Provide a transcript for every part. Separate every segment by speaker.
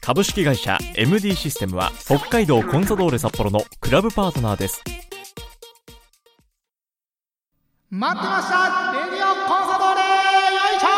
Speaker 1: 株式会社 MD システムは北海道コンソドーレ札幌のクラブパートナーです。
Speaker 2: 待ってましたレディオコンサドーレよいしょ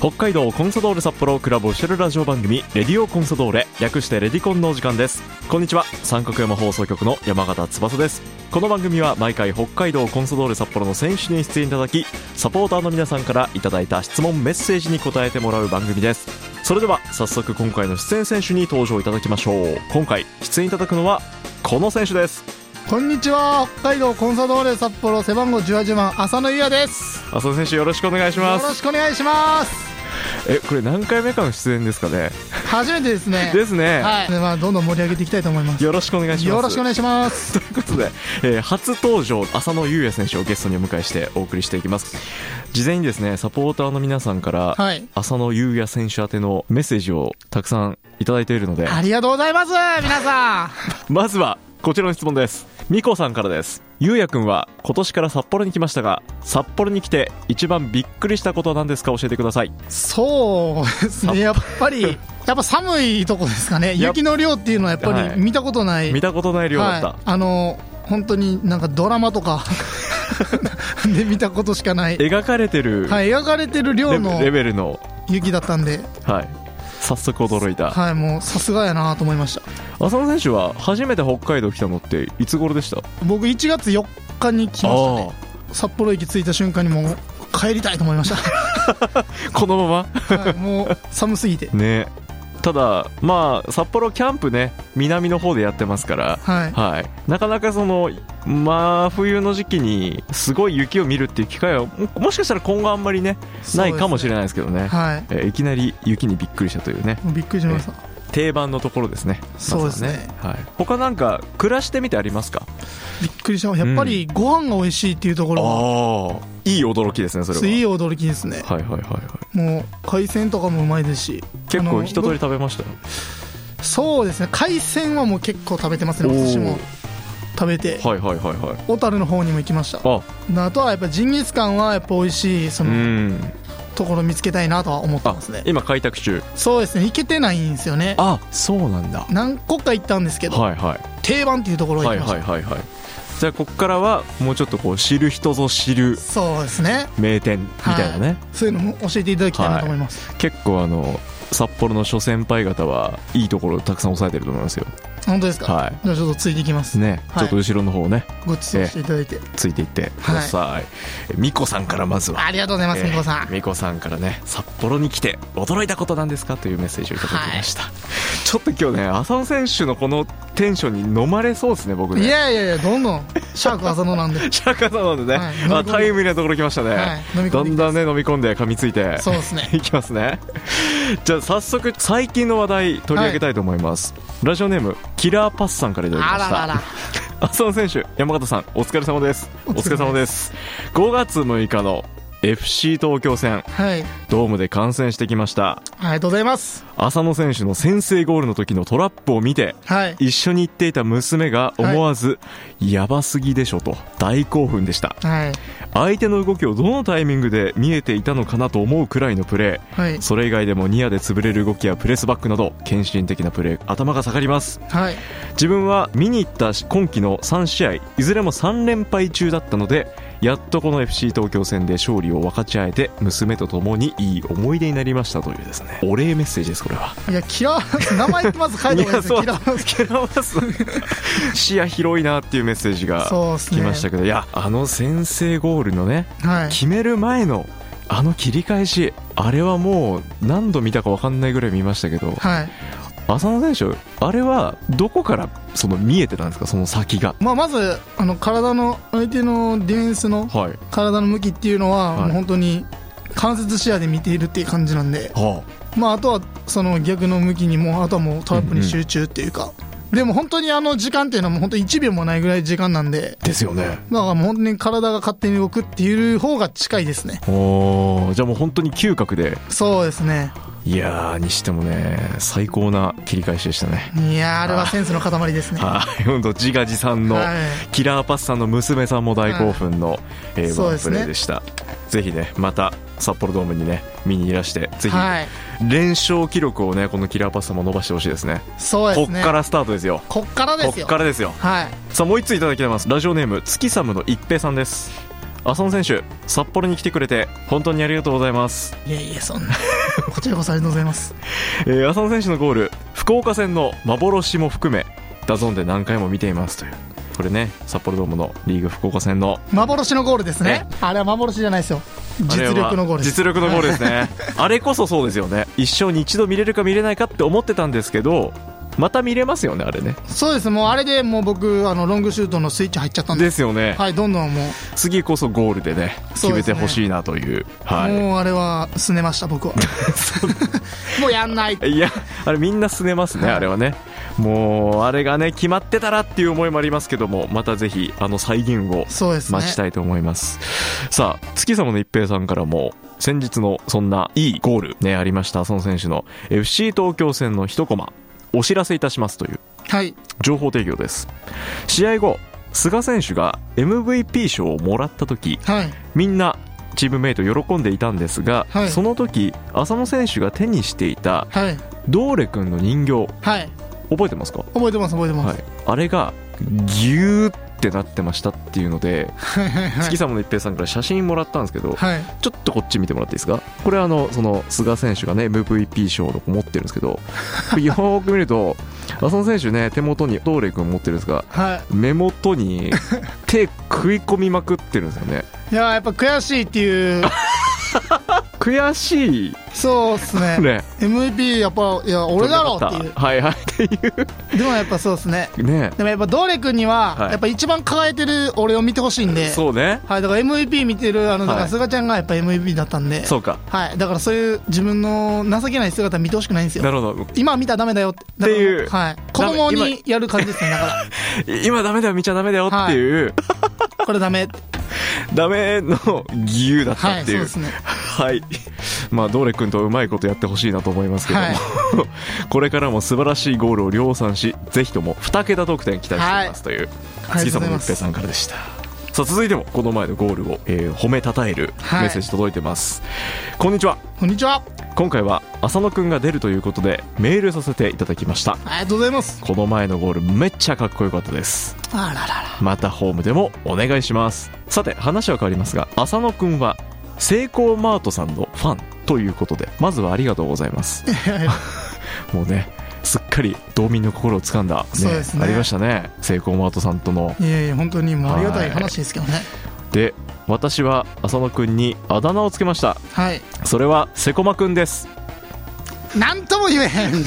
Speaker 1: 北海道コンソドーレ札幌クラブオフィシャルラジオ番組「レディオコンソドーレ」略して「レディコン」のお時間ですこんにちは三角山放送局の山形翼ですこの番組は毎回北海道コンソドーレ札幌の選手に出演いただきサポーターの皆さんからいただいた質問メッセージに答えてもらう番組ですそれでは早速今回の出演選手に登場いただきましょう今回出演いただくのはこの選手です
Speaker 2: こんにちは北海道コンサドーレ札幌背番号18番浅野優也です
Speaker 1: 浅野選手よろしくお願いし
Speaker 2: よ
Speaker 1: ま
Speaker 2: ろ
Speaker 1: す
Speaker 2: しくお願いします
Speaker 1: えこれ何回目かの出演ですかね
Speaker 2: 初めてですね
Speaker 1: ですね、
Speaker 2: はい、まあ、どんどん盛り上げていきたいと思います
Speaker 1: よろしくお願いします
Speaker 2: よろしくお願いします
Speaker 1: ということで、えー初登場浅野雄也選手をゲストにお迎えしてお送りしていきます事前にですねサポーターの皆さんから、
Speaker 2: はい
Speaker 1: 浅野雄也選手宛てのメッセージをたくさんいただいているので
Speaker 2: ありがとうございます皆さん
Speaker 1: まずはこちらの質問ですみこさんからですゆうやくんは今年から札幌に来ましたが札幌に来て一番びっくりしたことは何ですか教えてください
Speaker 2: そうですねやっぱりやっぱ寒いとこですかね
Speaker 1: やっ
Speaker 2: 雪の量っていうのはやっぱ
Speaker 1: はい
Speaker 2: り見たことない、
Speaker 1: 見たことない量だった、
Speaker 2: はい、あの本当になんかドラマとか で見たことしかない、
Speaker 1: 描かれてる
Speaker 2: はい、描かれてる量
Speaker 1: レベ
Speaker 2: の
Speaker 1: レベルの、
Speaker 2: 雪だったんで、
Speaker 1: はい、早速驚いた、
Speaker 2: はい、もうさすがやなと思いました
Speaker 1: 浅野選手は初めて北海道来たのっていつ頃でした
Speaker 2: 僕1月4日に来ましたね札幌駅着いた瞬間にもう帰りたいと思いまし
Speaker 1: あーこのま
Speaker 2: た、はい、もう寒すぎて
Speaker 1: まねただまあ札幌キャンプね南の方でやってますから
Speaker 2: はい
Speaker 1: はい、なかなかその真冬の時期にすごい雪を見るっていう機会はももしかしたら今後あんまりねないかもしれ
Speaker 2: ない
Speaker 1: ないですけどね
Speaker 2: はい
Speaker 1: えーいきなり雪にびっくりしたというね
Speaker 2: もうびっくりしました
Speaker 1: 定番のところですね
Speaker 2: そうですね
Speaker 1: まずははい、他なんか暮らしてみてありますか
Speaker 2: びっくりしましたやっぱりご飯が美味しいっていうとこ
Speaker 1: あ
Speaker 2: ろは、
Speaker 1: いい驚きですねそれは
Speaker 2: そういい驚きですね
Speaker 1: はいはいはいはい
Speaker 2: もう海鮮とかもうまいですし
Speaker 1: 結
Speaker 2: あ
Speaker 1: 構
Speaker 2: の
Speaker 1: 一通り食べましたよ
Speaker 2: そうですね海鮮はもう結構食べてますね私も食べて
Speaker 1: はいはいはいはい
Speaker 2: 小樽の方にも行きました
Speaker 1: あ
Speaker 2: あとはやっぱジンギスカンはやっぱ美味しいそうの
Speaker 1: ん
Speaker 2: ところ見つけたいなとは思って
Speaker 1: あ
Speaker 2: ますね
Speaker 1: 今開拓中
Speaker 2: そうですね行けてないんですよね
Speaker 1: あそうなんだ
Speaker 2: 何個か行ったんですけど、
Speaker 1: はいはい
Speaker 2: 定番っていうところ
Speaker 1: は
Speaker 2: が
Speaker 1: い
Speaker 2: 行きました、
Speaker 1: はいはいはいじゃあここからはもうちょっとこう知る人ぞ知る
Speaker 2: そうですね
Speaker 1: 名店みたいなね、
Speaker 2: はそういうのも教えていただきたいなと思います、
Speaker 1: 結構あの札幌の諸先輩方はいいところをたくさん押さえてると思いますよ
Speaker 2: 本当ですか、
Speaker 1: はい
Speaker 2: じゃあちょっとついていきます、
Speaker 1: ね、
Speaker 2: はい
Speaker 1: ちょっと後ろの方ね
Speaker 2: ごちそうしていただいて、
Speaker 1: ついていってください、えみこさんからまずは
Speaker 2: ありがとうございますみこさん、
Speaker 1: えーみこさんからね札幌に来て驚いたことなんですかというメッセージをいただきました、ちょっと今日ね浅野選手のこのテンションに飲まれそうですね僕ね
Speaker 2: いやいやいやどんどんシャーク浅野な んで
Speaker 1: シャーカさんなんでね、
Speaker 2: はい
Speaker 1: あタイムリーなところ来ましたね、
Speaker 2: はい飲み込
Speaker 1: だ
Speaker 2: んで
Speaker 1: ん
Speaker 2: き
Speaker 1: だんね飲み込んで噛みついて
Speaker 2: そうですね
Speaker 1: いきますね じゃあ早速最近の話題取り上げたいと思います、ラジオネームキラーパスさんからいただきま
Speaker 2: あ
Speaker 1: し
Speaker 2: ら
Speaker 1: た
Speaker 2: らら
Speaker 1: 浅野選手山形さんお疲れ様ですお
Speaker 2: お
Speaker 1: 疲
Speaker 2: 疲
Speaker 1: れ
Speaker 2: れ
Speaker 1: 様
Speaker 2: 様
Speaker 1: です5月6日の FC 東京戦
Speaker 2: はい
Speaker 1: ドームで観戦してきました
Speaker 2: ありがとうございます
Speaker 1: 浅野選手の先制ゴールの時のトラップを見て
Speaker 2: はい
Speaker 1: 一緒に行っていた娘が思わず、やばすぎでしょと大興奮でした
Speaker 2: はい
Speaker 1: 相手の動きをどのタイミングで見えていたのかなと思うくらいのプレ
Speaker 2: はい
Speaker 1: ーそれ以外でもニアで潰れる動きやプレスバックなど献身的なプレー頭が下がります
Speaker 2: はい
Speaker 1: 自分は見に行った今季の3試合いずれも3連敗中だったのでやっとこの FC 東京戦で勝利を分かち合えて娘と共にいい思い出になりましたというですねお礼メッセージですこれはい
Speaker 2: やキラー名前まず書いてもらいですよ
Speaker 1: い
Speaker 2: キ
Speaker 1: や
Speaker 2: ラー
Speaker 1: 蹴らます 視野広いなっていうメッセージが
Speaker 2: そうっすね
Speaker 1: 来ましたけど、いやあの先制ゴールのね
Speaker 2: はい
Speaker 1: 決める前のあの切り返しあれはもう何度見たか分かんないぐらい見ましたけど
Speaker 2: はい
Speaker 1: 浅野選手あれはどこからその見えてたんですかその先が
Speaker 2: まあ、まずあの体の相手のディフェンスの
Speaker 1: はい
Speaker 2: 体の向きっていうのは、
Speaker 1: はい
Speaker 2: もう本当に間接視野で見ているっていう感じなんで、
Speaker 1: は
Speaker 2: まあ、あとはその逆の向きにもうあとはもうトラップに集中っていうか、でも本当にあの時間っていうのはもう本当1秒もないぐらい時間なんで
Speaker 1: あ、ですよね
Speaker 2: だからもう本当に体が勝手に動くっていう方が近いですね
Speaker 1: おーじゃあもう本当に嗅覚で
Speaker 2: そうですね
Speaker 1: いやーにしてもね最高な切り返しでしたね
Speaker 2: いやーあれはセンスの塊ですね
Speaker 1: はい本当自画自賛の、
Speaker 2: はい
Speaker 1: キラーパスさんの娘さんも大興奮の、えー
Speaker 2: そう
Speaker 1: ワ
Speaker 2: で
Speaker 1: ンプ
Speaker 2: す
Speaker 1: レ
Speaker 2: ね
Speaker 1: ーでしたぜひねまた札幌ドームにね見にいらしてぜひ
Speaker 2: はい
Speaker 1: 連勝記録をねこのキラーパスさんも伸ばしてほしいですね
Speaker 2: そうで
Speaker 1: こ
Speaker 2: す
Speaker 1: っ
Speaker 2: ね
Speaker 1: からスタートですよ
Speaker 2: こっからで
Speaker 1: こ
Speaker 2: す
Speaker 1: っ
Speaker 2: よ
Speaker 1: からですよ
Speaker 2: はい
Speaker 1: さあもう一ついただきますラジオネーム月サムの一平さんです浅野選手札幌に来てくれて本当にありがとうございます、
Speaker 2: いやいやそんなこちらこそありがとうございます
Speaker 1: えー浅野選手のゴール福岡戦の幻も含めダゾーンで何回も見ていますというこれね札幌ドームのリーグ福岡戦の
Speaker 2: 幻のゴールですねあれは幻じゃないですよ
Speaker 1: あれは
Speaker 2: 実力のゴールです
Speaker 1: 実力のゴールです ねあれこそそうですよね一生に一度見れるか見れないかって思ってたんですけどまた見れますよねあれね
Speaker 2: そうですもうあれでもう僕あのロングシュートのスイッチ入っちゃったんで
Speaker 1: ですよね、
Speaker 2: はいどんどんもう、
Speaker 1: 次こそゴールでね決
Speaker 2: そう
Speaker 1: め
Speaker 2: です
Speaker 1: て
Speaker 2: ね
Speaker 1: ほしいなというは
Speaker 2: もうあれはすねました 僕はもうやんない
Speaker 1: いいやあれみんなすねますねあれはねもうあれがね決まってたらっていう思いもありますけどもまたぜひあの再現を
Speaker 2: そうですね
Speaker 1: 待ちたいと思いますさあ月様の一平さんからも先日のそんないいゴールねありました浅野選手の FC 東京戦の一コマお知らせいたしますという
Speaker 2: はい
Speaker 1: 情報提供です試合後菅選手が MVP 賞をもらった時
Speaker 2: はい
Speaker 1: みんなチームメイト喜んでいたんですが、
Speaker 2: はい
Speaker 1: その時浅野選手が手にしていた
Speaker 2: はい
Speaker 1: ドーレ君の人形
Speaker 2: はい
Speaker 1: 覚えてますか、
Speaker 2: 覚えてます覚えてま
Speaker 1: は
Speaker 2: す
Speaker 1: い、あれがギューってなってましたっていうので、
Speaker 2: はいはいは
Speaker 1: 月
Speaker 2: い
Speaker 1: 様の一平さんから写真もらったんですけど、
Speaker 2: はい
Speaker 1: ちょっとこっち見てもらっていいですかこれあのその菅選手がね MVP 賞を持ってるん ですけどこれよーく見ると浅野選手ね手元にドーレ君持ってるんですが
Speaker 2: は
Speaker 1: 目元 に手食い込みまくってるんですよね
Speaker 2: いいややっぱ悔しいっていう
Speaker 1: 悔しい
Speaker 2: そうっすね
Speaker 1: ね
Speaker 2: MVP やっぱいや俺だろうって
Speaker 1: 取れ
Speaker 2: い
Speaker 1: なかたはいはいっていう
Speaker 2: でもやっぱそうですね
Speaker 1: ね
Speaker 2: でもやっぱドーレ君には、
Speaker 1: はい
Speaker 2: やっぱ一番輝いてる俺を見てほしいんで
Speaker 1: そうね
Speaker 2: はいだから MVP 見てるあのだか
Speaker 1: はい
Speaker 2: ら菅ちゃんがやっぱ MVP だったんで
Speaker 1: そうか
Speaker 2: はいだからそういう自分の情けない姿見てほしくないんです
Speaker 1: な
Speaker 2: よ
Speaker 1: るほど
Speaker 2: 今は見たらダメだよってだから
Speaker 1: っていう
Speaker 2: はい、子供にやる感じですねだか
Speaker 1: 今ダメだよ見ちゃダメだよっていう、
Speaker 2: らこれ ダメ
Speaker 1: ダメの義勇だった
Speaker 2: は
Speaker 1: っ
Speaker 2: い
Speaker 1: て
Speaker 2: そう
Speaker 1: いう
Speaker 2: ですね
Speaker 1: はい、まあドーレ君とうまいことやってほしいなと思いますけども、
Speaker 2: はい
Speaker 1: これからも素晴らしいゴールを量産しぜひとも2桁得点期待していますという、
Speaker 2: はい
Speaker 1: 杉様
Speaker 2: ありがとうござい
Speaker 1: の
Speaker 2: ま
Speaker 1: 一
Speaker 2: す
Speaker 1: 平さんからでしたさあ続いてもこの前のゴールを、えー褒めたたえる
Speaker 2: はい
Speaker 1: メッセージ届いてます、こんにちは
Speaker 2: こんにちは
Speaker 1: 今回は浅野くんが出るということでメールさせていただきました
Speaker 2: ありがとうございます
Speaker 1: この前のゴールめっちゃかっこよかったです
Speaker 2: あららら
Speaker 1: またホームでもお願いしますさて話は変わりますが浅野くんはセイコーマートさんのファンということでまずはありがとうございますもうねすっかり道民の心を掴んだ、
Speaker 2: そうですね
Speaker 1: ありましたねセイコーマートさんとの
Speaker 2: いやいや本当にもうありがたい話ですけどね
Speaker 1: で私は浅野くんにあだ名をつけました
Speaker 2: はい
Speaker 1: それはセコマくんです
Speaker 2: なんとも言えへ ん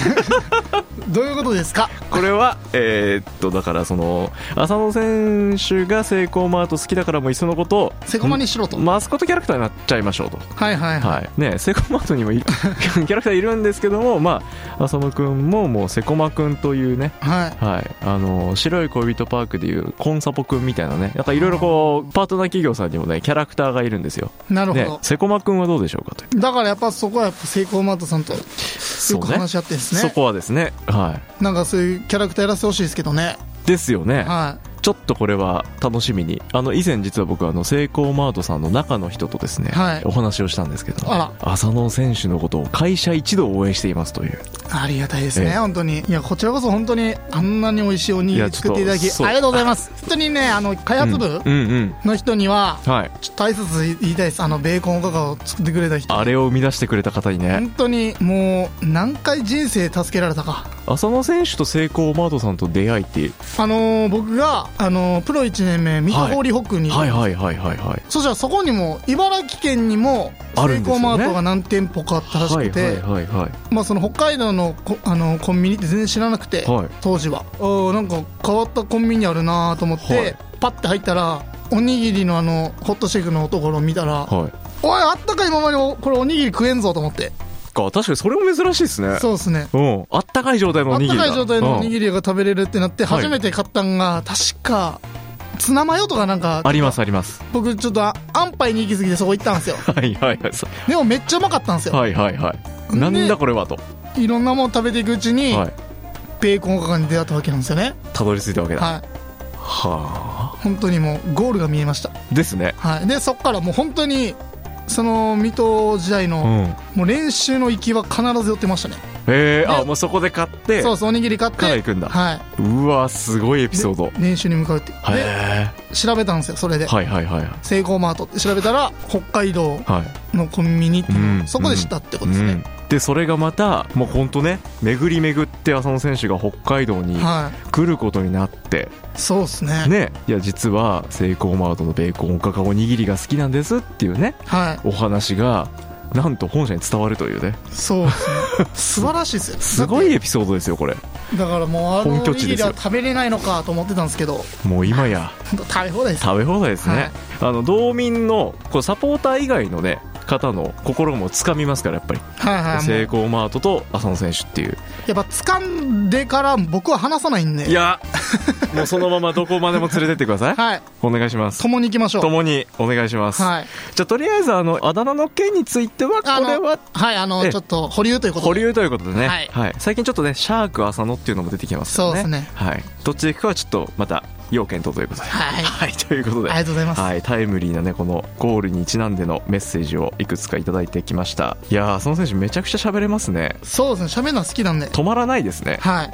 Speaker 2: どういうことですか
Speaker 1: これはえーっとだからその浅野選手がセイコーマート好きだからもういっそのこと
Speaker 2: セコマにしろと、
Speaker 1: マスコットキャラクターになっちゃいましょうと
Speaker 2: はいはいはい、
Speaker 1: はいね、セコマートにもいる キャラクターいるんですけども、まあ、浅野くんももうセコマくんというね、
Speaker 2: はい
Speaker 1: はい、あの白い恋人パークでいうコンサポくんみたいなねなんかいろいろこうパートナー企業さんにもねキャラクターがいるんですよ
Speaker 2: なるほ
Speaker 1: で
Speaker 2: ど、
Speaker 1: セコマくんはどうでしょうかという
Speaker 2: だからやっぱそこはやっぱセイコーマートさんとよ
Speaker 1: そう
Speaker 2: く
Speaker 1: ね
Speaker 2: 話し合ってですね
Speaker 1: そこはですねはい
Speaker 2: なんかそういうキャラクターやらせてほしいですけどね
Speaker 1: ですよね
Speaker 2: は
Speaker 1: ちょっとこれは楽しみにあの以前実は僕あのセイコーマートさんの中の人とですね、
Speaker 2: はい
Speaker 1: お話をしたんですけど
Speaker 2: あら
Speaker 1: 浅野選手のことを会社一同応援していますという
Speaker 2: いありがたいですね、
Speaker 1: ええ
Speaker 2: 本当にいやこちらこそ本当にあんなに美味しいおにぎり作っていただ
Speaker 1: い
Speaker 2: き
Speaker 1: やちょっとそう
Speaker 2: ありがとうございます本当にねあの開発部
Speaker 1: うんうんうん
Speaker 2: の人には、
Speaker 1: はい
Speaker 2: ちょっと挨拶言いたいですあのベーコンおかかを作ってくれた人
Speaker 1: あれを生み出してくれた方にね
Speaker 2: 本当にもう何回人生助けられたか
Speaker 1: 浅野選手とセイコーマートさんと出会いって
Speaker 2: あのー僕が、あのープロ1年目水戸リホックに、
Speaker 1: はいはいはいはいはい
Speaker 2: そしたらそこにも茨城県にも
Speaker 1: あ
Speaker 2: セ
Speaker 1: る
Speaker 2: イ
Speaker 1: んですよね
Speaker 2: コーマートが何店舗かあったらし
Speaker 1: は
Speaker 2: く
Speaker 1: い
Speaker 2: て、
Speaker 1: はいはいはい
Speaker 2: まあ、その北海道のこあのコンビニって全然知らなくて、
Speaker 1: はい
Speaker 2: 当時はおーなんか変わったコンビニあるなと思って、
Speaker 1: はい
Speaker 2: パッて入ったらおにぎりのあのホットシェイクのところを見たら、
Speaker 1: はい
Speaker 2: おいあったかいままにおこれおにぎり食えんぞと思って
Speaker 1: か確かにそれも珍しいですね
Speaker 2: そうですね
Speaker 1: うんあったかい状態の
Speaker 2: あ
Speaker 1: お
Speaker 2: っ
Speaker 1: にぎ
Speaker 2: た
Speaker 1: りだ
Speaker 2: かい状態のお
Speaker 1: り、
Speaker 2: にぎりが食べれるってなって
Speaker 1: はい
Speaker 2: 初めて買ったんが確かツナマヨとかなん
Speaker 1: うんあ
Speaker 2: か
Speaker 1: りますあります
Speaker 2: 僕ちょっとあ安牌に行き過ぎてそこ行ったんですよ
Speaker 1: はいはいはいそ
Speaker 2: でもめっちゃうまかったんですよ
Speaker 1: はいはいはいなんだこれはと、
Speaker 2: いろんなもの食べていくうちに
Speaker 1: はい、
Speaker 2: ベーコンおかかに出会ったわけなんですよね
Speaker 1: たどり着いたわけだは
Speaker 2: はい
Speaker 1: あ
Speaker 2: 本当にもうゴールが見えました
Speaker 1: ですね
Speaker 2: はいでそっからもう本当にその水戸時代
Speaker 1: う
Speaker 2: の
Speaker 1: ん
Speaker 2: もう練習の行きは必ず寄ってましたね
Speaker 1: へえあ
Speaker 2: で
Speaker 1: もうそこで買って
Speaker 2: そうそうおにぎり買っ
Speaker 1: から
Speaker 2: て
Speaker 1: 行くんだ
Speaker 2: は
Speaker 1: うわすごいエ
Speaker 2: い
Speaker 1: ピソード
Speaker 2: で練習に向かうって
Speaker 1: へ
Speaker 2: で
Speaker 1: え
Speaker 2: 調べたんですよそれで
Speaker 1: はいはいはいは
Speaker 2: セイコーマートって調べたら北海道
Speaker 1: い
Speaker 2: のコンビニっていうの
Speaker 1: うん
Speaker 2: をそこで知ったってことですね、
Speaker 1: うん、でそれがまたもう本当ね巡り巡って浅野選手が北海道に
Speaker 2: は
Speaker 1: 来ることになって、
Speaker 2: いそうですね
Speaker 1: ねいや実はセイコーマートのベーコンおかかおにぎりが好きなんですっていうね
Speaker 2: は
Speaker 1: お話がなんと本社に伝わるというね
Speaker 2: いそうで すね素晴らしいですよ
Speaker 1: すごいエピソードですよこれ
Speaker 2: だからもうあの
Speaker 1: 本
Speaker 2: お
Speaker 1: 拠
Speaker 2: に
Speaker 1: 地
Speaker 2: ぎ
Speaker 1: で
Speaker 2: り
Speaker 1: すよ
Speaker 2: は食べれないのかと思ってたんですけど
Speaker 1: もう今や
Speaker 2: 本当食べ放題です
Speaker 1: 食べ放題ですね、
Speaker 2: はい
Speaker 1: あの道民のこうサポーター以外のね方の心もつかみますからやっぱり
Speaker 2: はいはいもう
Speaker 1: セイコーマートと浅野選手っていう
Speaker 2: やっぱ掴んでから僕は離さないんで
Speaker 1: いやもうそのままどこまでも連れてってください
Speaker 2: はい
Speaker 1: お願いします
Speaker 2: 共に行きましょう
Speaker 1: 共にお願いします、
Speaker 2: はい
Speaker 1: じゃあとりあえずあのあだ名の件については
Speaker 2: あ
Speaker 1: これ
Speaker 2: の
Speaker 1: は
Speaker 2: はいあ
Speaker 1: ええ
Speaker 2: のちょっと保留ということ
Speaker 1: 保
Speaker 2: で
Speaker 1: 留ということでね、は
Speaker 2: はいい
Speaker 1: 最近ちょっとねシャーク浅野っていうのも出てきますからね
Speaker 2: そうですね
Speaker 1: はい、どっちで行くかはちょっとまた要検討ということで
Speaker 2: は い
Speaker 1: はい、ということで
Speaker 2: ありがとうございます
Speaker 1: はい、タイムリーなねこのゴールにちなんでのメッセージをいくつかいただいてきましたいやーその選手めちゃくちゃ喋れますね
Speaker 2: そうですね喋るのは好きなんで
Speaker 1: 止まらないです ね
Speaker 2: は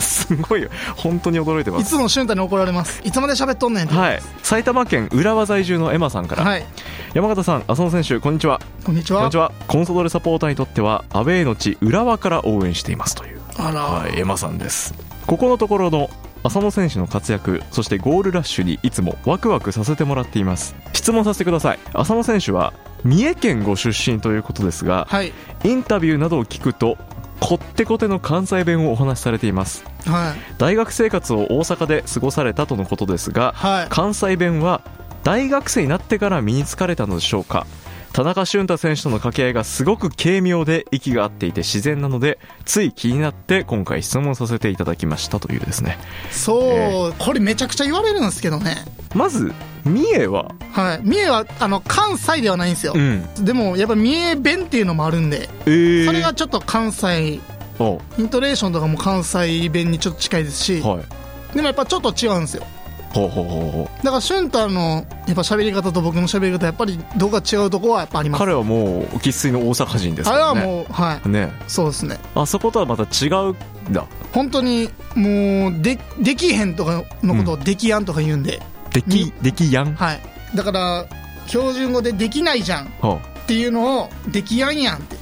Speaker 1: すごいよ本当に驚いて
Speaker 2: い
Speaker 1: ま
Speaker 2: い
Speaker 1: す
Speaker 2: つも俊太に怒られますいつまで喋っとんねんって
Speaker 1: はい埼玉県浦和在住のエマさんから、
Speaker 2: はい
Speaker 1: 山形さん浅野選手こんにちは
Speaker 2: こんにちは
Speaker 1: こんにちはコンソドーレサポーターにとってはアウェーの地浦和から応援していますという
Speaker 2: あら、
Speaker 1: はいエマさんですここのところの浅野選手の活躍そしてゴールラッシュにいつもワクワクさせてもらっています質問させてください浅野選手は三重県ご出身ということですが
Speaker 2: はい
Speaker 1: インタビューなどを聞くとこってこての関西弁をお話しされています
Speaker 2: はい
Speaker 1: 大学生活を大阪で過ごされたとのことですが
Speaker 2: はい
Speaker 1: 関西弁は大学生になってから身につかれたのでしょうか田中俊太選手との掛け合いがすごく軽妙で息が合っていて自然なのでつい気になって今回質問させていただきましたというですね
Speaker 2: そう、
Speaker 1: え
Speaker 2: これめちゃくちゃ言われるんですけどね、
Speaker 1: まず三重は
Speaker 2: はい、三重はあの関西ではないんですよ、
Speaker 1: ん
Speaker 2: でもやっぱ三重弁っていうのもあるんで、
Speaker 1: えー、
Speaker 2: それがちょっと関西
Speaker 1: お
Speaker 2: イントレーションとかも関西弁にちょっと近いですし、
Speaker 1: はい
Speaker 2: でもやっぱちょっと違うんですよ
Speaker 1: ほうほうほうほう
Speaker 2: だから俊太のやっぱ喋り方と僕の喋り方やっぱりどこか違うとこはやっぱあります
Speaker 1: 彼はもう生粋の大阪人です
Speaker 2: あ
Speaker 1: か
Speaker 2: れは
Speaker 1: らね
Speaker 2: もうはい
Speaker 1: ね
Speaker 2: そうですね
Speaker 1: あそことはまた違うんだ
Speaker 2: 本当にもうでできへんとかのことをできやんとか言うんで、
Speaker 1: できできやん
Speaker 2: はいだから標準語でできないじゃん
Speaker 1: は
Speaker 2: っていうのをできやんやんって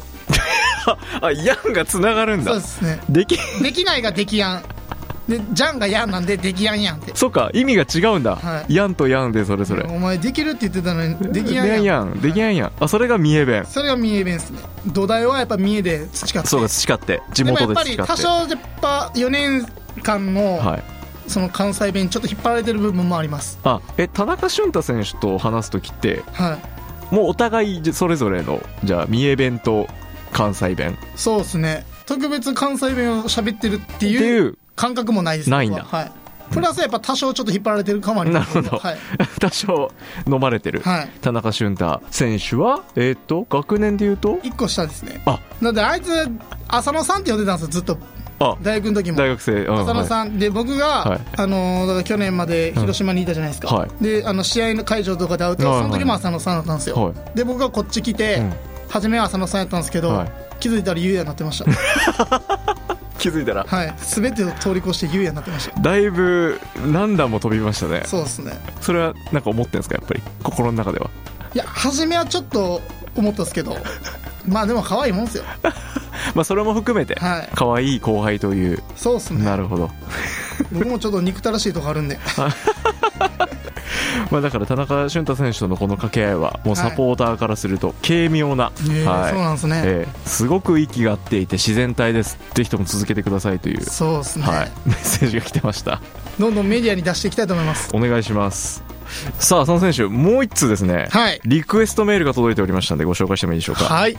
Speaker 1: ああやんがつながるん
Speaker 2: そう
Speaker 1: だ
Speaker 2: ですね
Speaker 1: でき
Speaker 2: できないができやんでじゃんがやんなんでできやんやんって
Speaker 1: そうか意味が違うんだ、
Speaker 2: は
Speaker 1: やんとやんでそれぞれ
Speaker 2: お前できるって言ってたのにで
Speaker 1: で
Speaker 2: き
Speaker 1: き
Speaker 2: やんや
Speaker 1: やん
Speaker 2: ん
Speaker 1: やんできやんやんあそれが三重弁
Speaker 2: それが三重弁ですね土台はやっぱ三重で培って
Speaker 1: そうか培って地
Speaker 2: でもや
Speaker 1: 元
Speaker 2: っ
Speaker 1: で
Speaker 2: ぱ
Speaker 1: 培っ
Speaker 2: り
Speaker 1: て
Speaker 2: 多少やっぱ4年間の
Speaker 1: はい
Speaker 2: その関西弁にちょっと引っ張られてる部分もあります
Speaker 1: あえ田中俊太選手と話す時って
Speaker 2: はい
Speaker 1: もうお互いそれぞれのじゃあ三重弁と関西弁 っ
Speaker 2: そうですね特別関西弁を喋ってるって
Speaker 1: て
Speaker 2: い
Speaker 1: いうう
Speaker 2: 感覚もないです
Speaker 1: ないんだ
Speaker 2: 僕ははいプラスやっぱ多少ちょっと引っ張られてる感もあります
Speaker 1: なるほど
Speaker 2: はい、
Speaker 1: 多少飲まれてる、
Speaker 2: はい、
Speaker 1: 田中俊太選手はえっ、と学年で言うと
Speaker 2: 1個下ですね
Speaker 1: あ
Speaker 2: なんであいつ浅野さんって呼んでたんですよずっと
Speaker 1: あ
Speaker 2: 大学の時も
Speaker 1: 大学生、うん、
Speaker 2: 浅野
Speaker 1: はい
Speaker 2: さん、で僕が、
Speaker 1: はい
Speaker 2: あのーだから去年まで広島にいたじゃないですか、
Speaker 1: うんはい
Speaker 2: であの試合の会場とかで会うと、
Speaker 1: はいはい
Speaker 2: その時も浅野さんだったんですよ、
Speaker 1: は
Speaker 2: で僕がこっち来て、
Speaker 1: うん
Speaker 2: 初めは浅野さんやったんですけど、
Speaker 1: はい
Speaker 2: 気づいたら優也になってました
Speaker 1: 気づいたら
Speaker 2: はい全てを通り越して優也になってました
Speaker 1: だいぶ何段も飛びましたね
Speaker 2: そうですね
Speaker 1: それはなんか思ってんですかやっぱり心の中ではい
Speaker 2: や初めはちょっと思ったんですけど まあでも可愛いもんですよ
Speaker 1: まあそれも含めて
Speaker 2: はい
Speaker 1: 可愛い後輩という
Speaker 2: そうですね
Speaker 1: なるほど
Speaker 2: 僕もちょっと憎たらしいとこある んで
Speaker 1: まあだから田中俊太選手とのこの掛け合いはもうサポーターからすると軽妙な、
Speaker 2: ええ
Speaker 1: はい
Speaker 2: そうなんですね、
Speaker 1: ええすごく息が合っていて自然体ですぜひとも続けてくださいという、
Speaker 2: そうですね、
Speaker 1: はい、メッセージが来てました
Speaker 2: どんどんメディアに出していきたいと思います
Speaker 1: お願いしますさあ、佐野選手、もう一通ですね。
Speaker 2: はい
Speaker 1: リクエストメールが届いておりましたので、ご紹介してもいいでしょうか。
Speaker 2: はい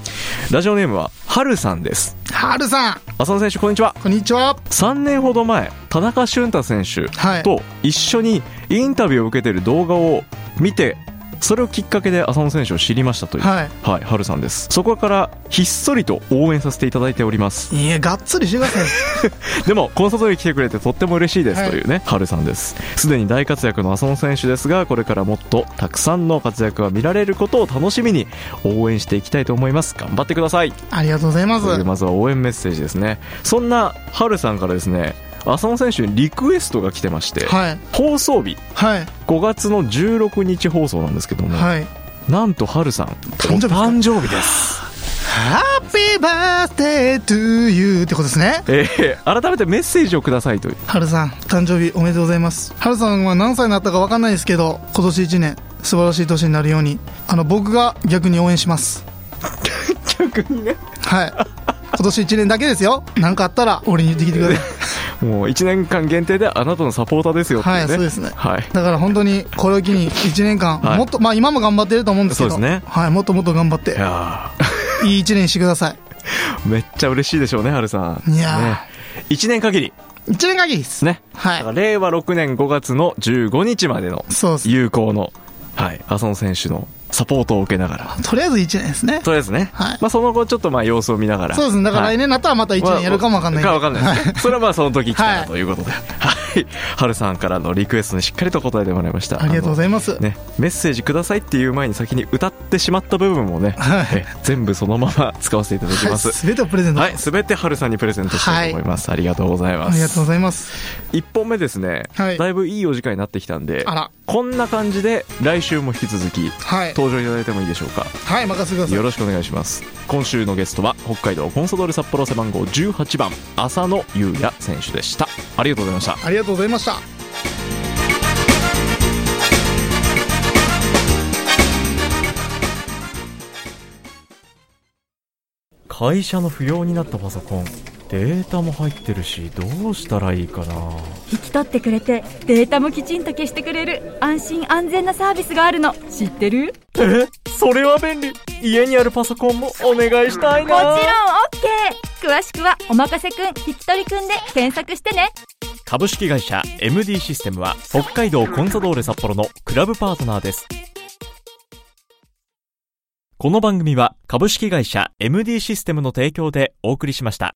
Speaker 1: ラジオネームは、はるさんです。
Speaker 2: はるさん
Speaker 1: 浅野選手、こんにちは。
Speaker 2: こんにちは
Speaker 1: 3年ほど前、田中俊太選手
Speaker 2: はい
Speaker 1: と一緒にインタビューを受けている動画を見て、それをきっかけで浅野選手を知りましたという。
Speaker 2: はい
Speaker 1: はい、はるさんです。そこからひっそりと応援させていただいております。
Speaker 2: いやがっつりしてください
Speaker 1: でも、コンサートに来てくれてとっても嬉しいです
Speaker 2: はい
Speaker 1: というね、はるさんです。すでに大活躍の浅野選手ですが、これからもっとたくさんの活躍が見られることを楽しみに応援していきたいと思います。頑張ってください。
Speaker 2: ありがとうございます
Speaker 1: というまずは応援メッセージですね。そんなはるさんからですね、浅野選手にリクエストが来てまして、
Speaker 2: はい
Speaker 1: 放送日、
Speaker 2: はい
Speaker 1: 5月の16日放送なんですけども、
Speaker 2: はい
Speaker 1: なんとはるさん、
Speaker 2: 誕生日ですか
Speaker 1: お誕生日です。
Speaker 2: ハッピーバースデートゥーユーってことですね
Speaker 1: えー改めてメッセージをくださいという。
Speaker 2: はるさん誕生日おめでとうございますはるさんは何歳になったか分かんないですけど今年1年素晴らしい年になるようにあの僕が逆に応援します
Speaker 1: 逆にね。
Speaker 2: はい 今年1年だけですよ何かあったら俺に言ってきてください
Speaker 1: もう1年間限定であなたのサポーターですよっていうね。
Speaker 2: はいそうですね
Speaker 1: はい。
Speaker 2: だから本当にこれを機に1年間、
Speaker 1: はい
Speaker 2: もっとまあ今も頑張ってると思うんですけど
Speaker 1: そうですね
Speaker 2: はい、もっともっと頑張って
Speaker 1: いや
Speaker 2: いい1年にしてください
Speaker 1: ーめっちゃ嬉しいでしょうね、はるさん。
Speaker 2: いやー
Speaker 1: ね、1年限り。
Speaker 2: 1年限りです
Speaker 1: ね。
Speaker 2: はい
Speaker 1: だから令和6年5月の15日までの
Speaker 2: そうです
Speaker 1: 有効の、はい、浅野選手のサポートを受けながら。
Speaker 2: とりあえず1年ですね
Speaker 1: とりあえずね。
Speaker 2: はい
Speaker 1: まあその後ちょっとまあ様子を見ながら。
Speaker 2: そうですねだから
Speaker 1: はい
Speaker 2: 来年になったらまた1
Speaker 1: まあ
Speaker 2: 年やるかも分かんないんで
Speaker 1: かわかんない ですね。それはまあその時来た
Speaker 2: は
Speaker 1: ら
Speaker 2: い
Speaker 1: ということで。はい。はるさんからのリクエストにしっかりと答えてもらいました。
Speaker 2: ありがとうございます、
Speaker 1: ね、メッセージくださいっていう前に先に歌ってしまった部分もね、
Speaker 2: はい
Speaker 1: え全部そのまま使わせていただきます。
Speaker 2: すべてをプレゼント、
Speaker 1: はい、すべて春さんにプレゼントしたいと思います。ありがとうございま
Speaker 2: あ
Speaker 1: す。
Speaker 2: りがとうございます
Speaker 1: 一本目ですね、
Speaker 2: はい
Speaker 1: だいぶいいお時間になってきたんで
Speaker 2: あ、ら
Speaker 1: こんな感じで来週も引き続き
Speaker 2: はい
Speaker 1: 登場いただいてもいいでしょうか。
Speaker 2: はい任せてください
Speaker 1: よろしくお願いします。今週のゲストは北海道コンソドール札幌背番号18番浅野優也選手でした。ありがとうございました。
Speaker 2: ありがとうございました
Speaker 1: 会社の不要になったパソコンデータも入ってるしどうしたらいいかな
Speaker 3: 引き取ってくれてデータもきちんと消してくれる安心安全なサービスがあるの知ってる
Speaker 1: えそれは便利家にあるパソコンもお願いしたい
Speaker 3: もちろん OK 詳しくは「おまかせくん引き取りくん」で検索してね
Speaker 1: 株式会社 MD システムは北海道コンサドーレ札幌のクラブパートナーですこの番組は株式会社 MD システムの提供でお送りしました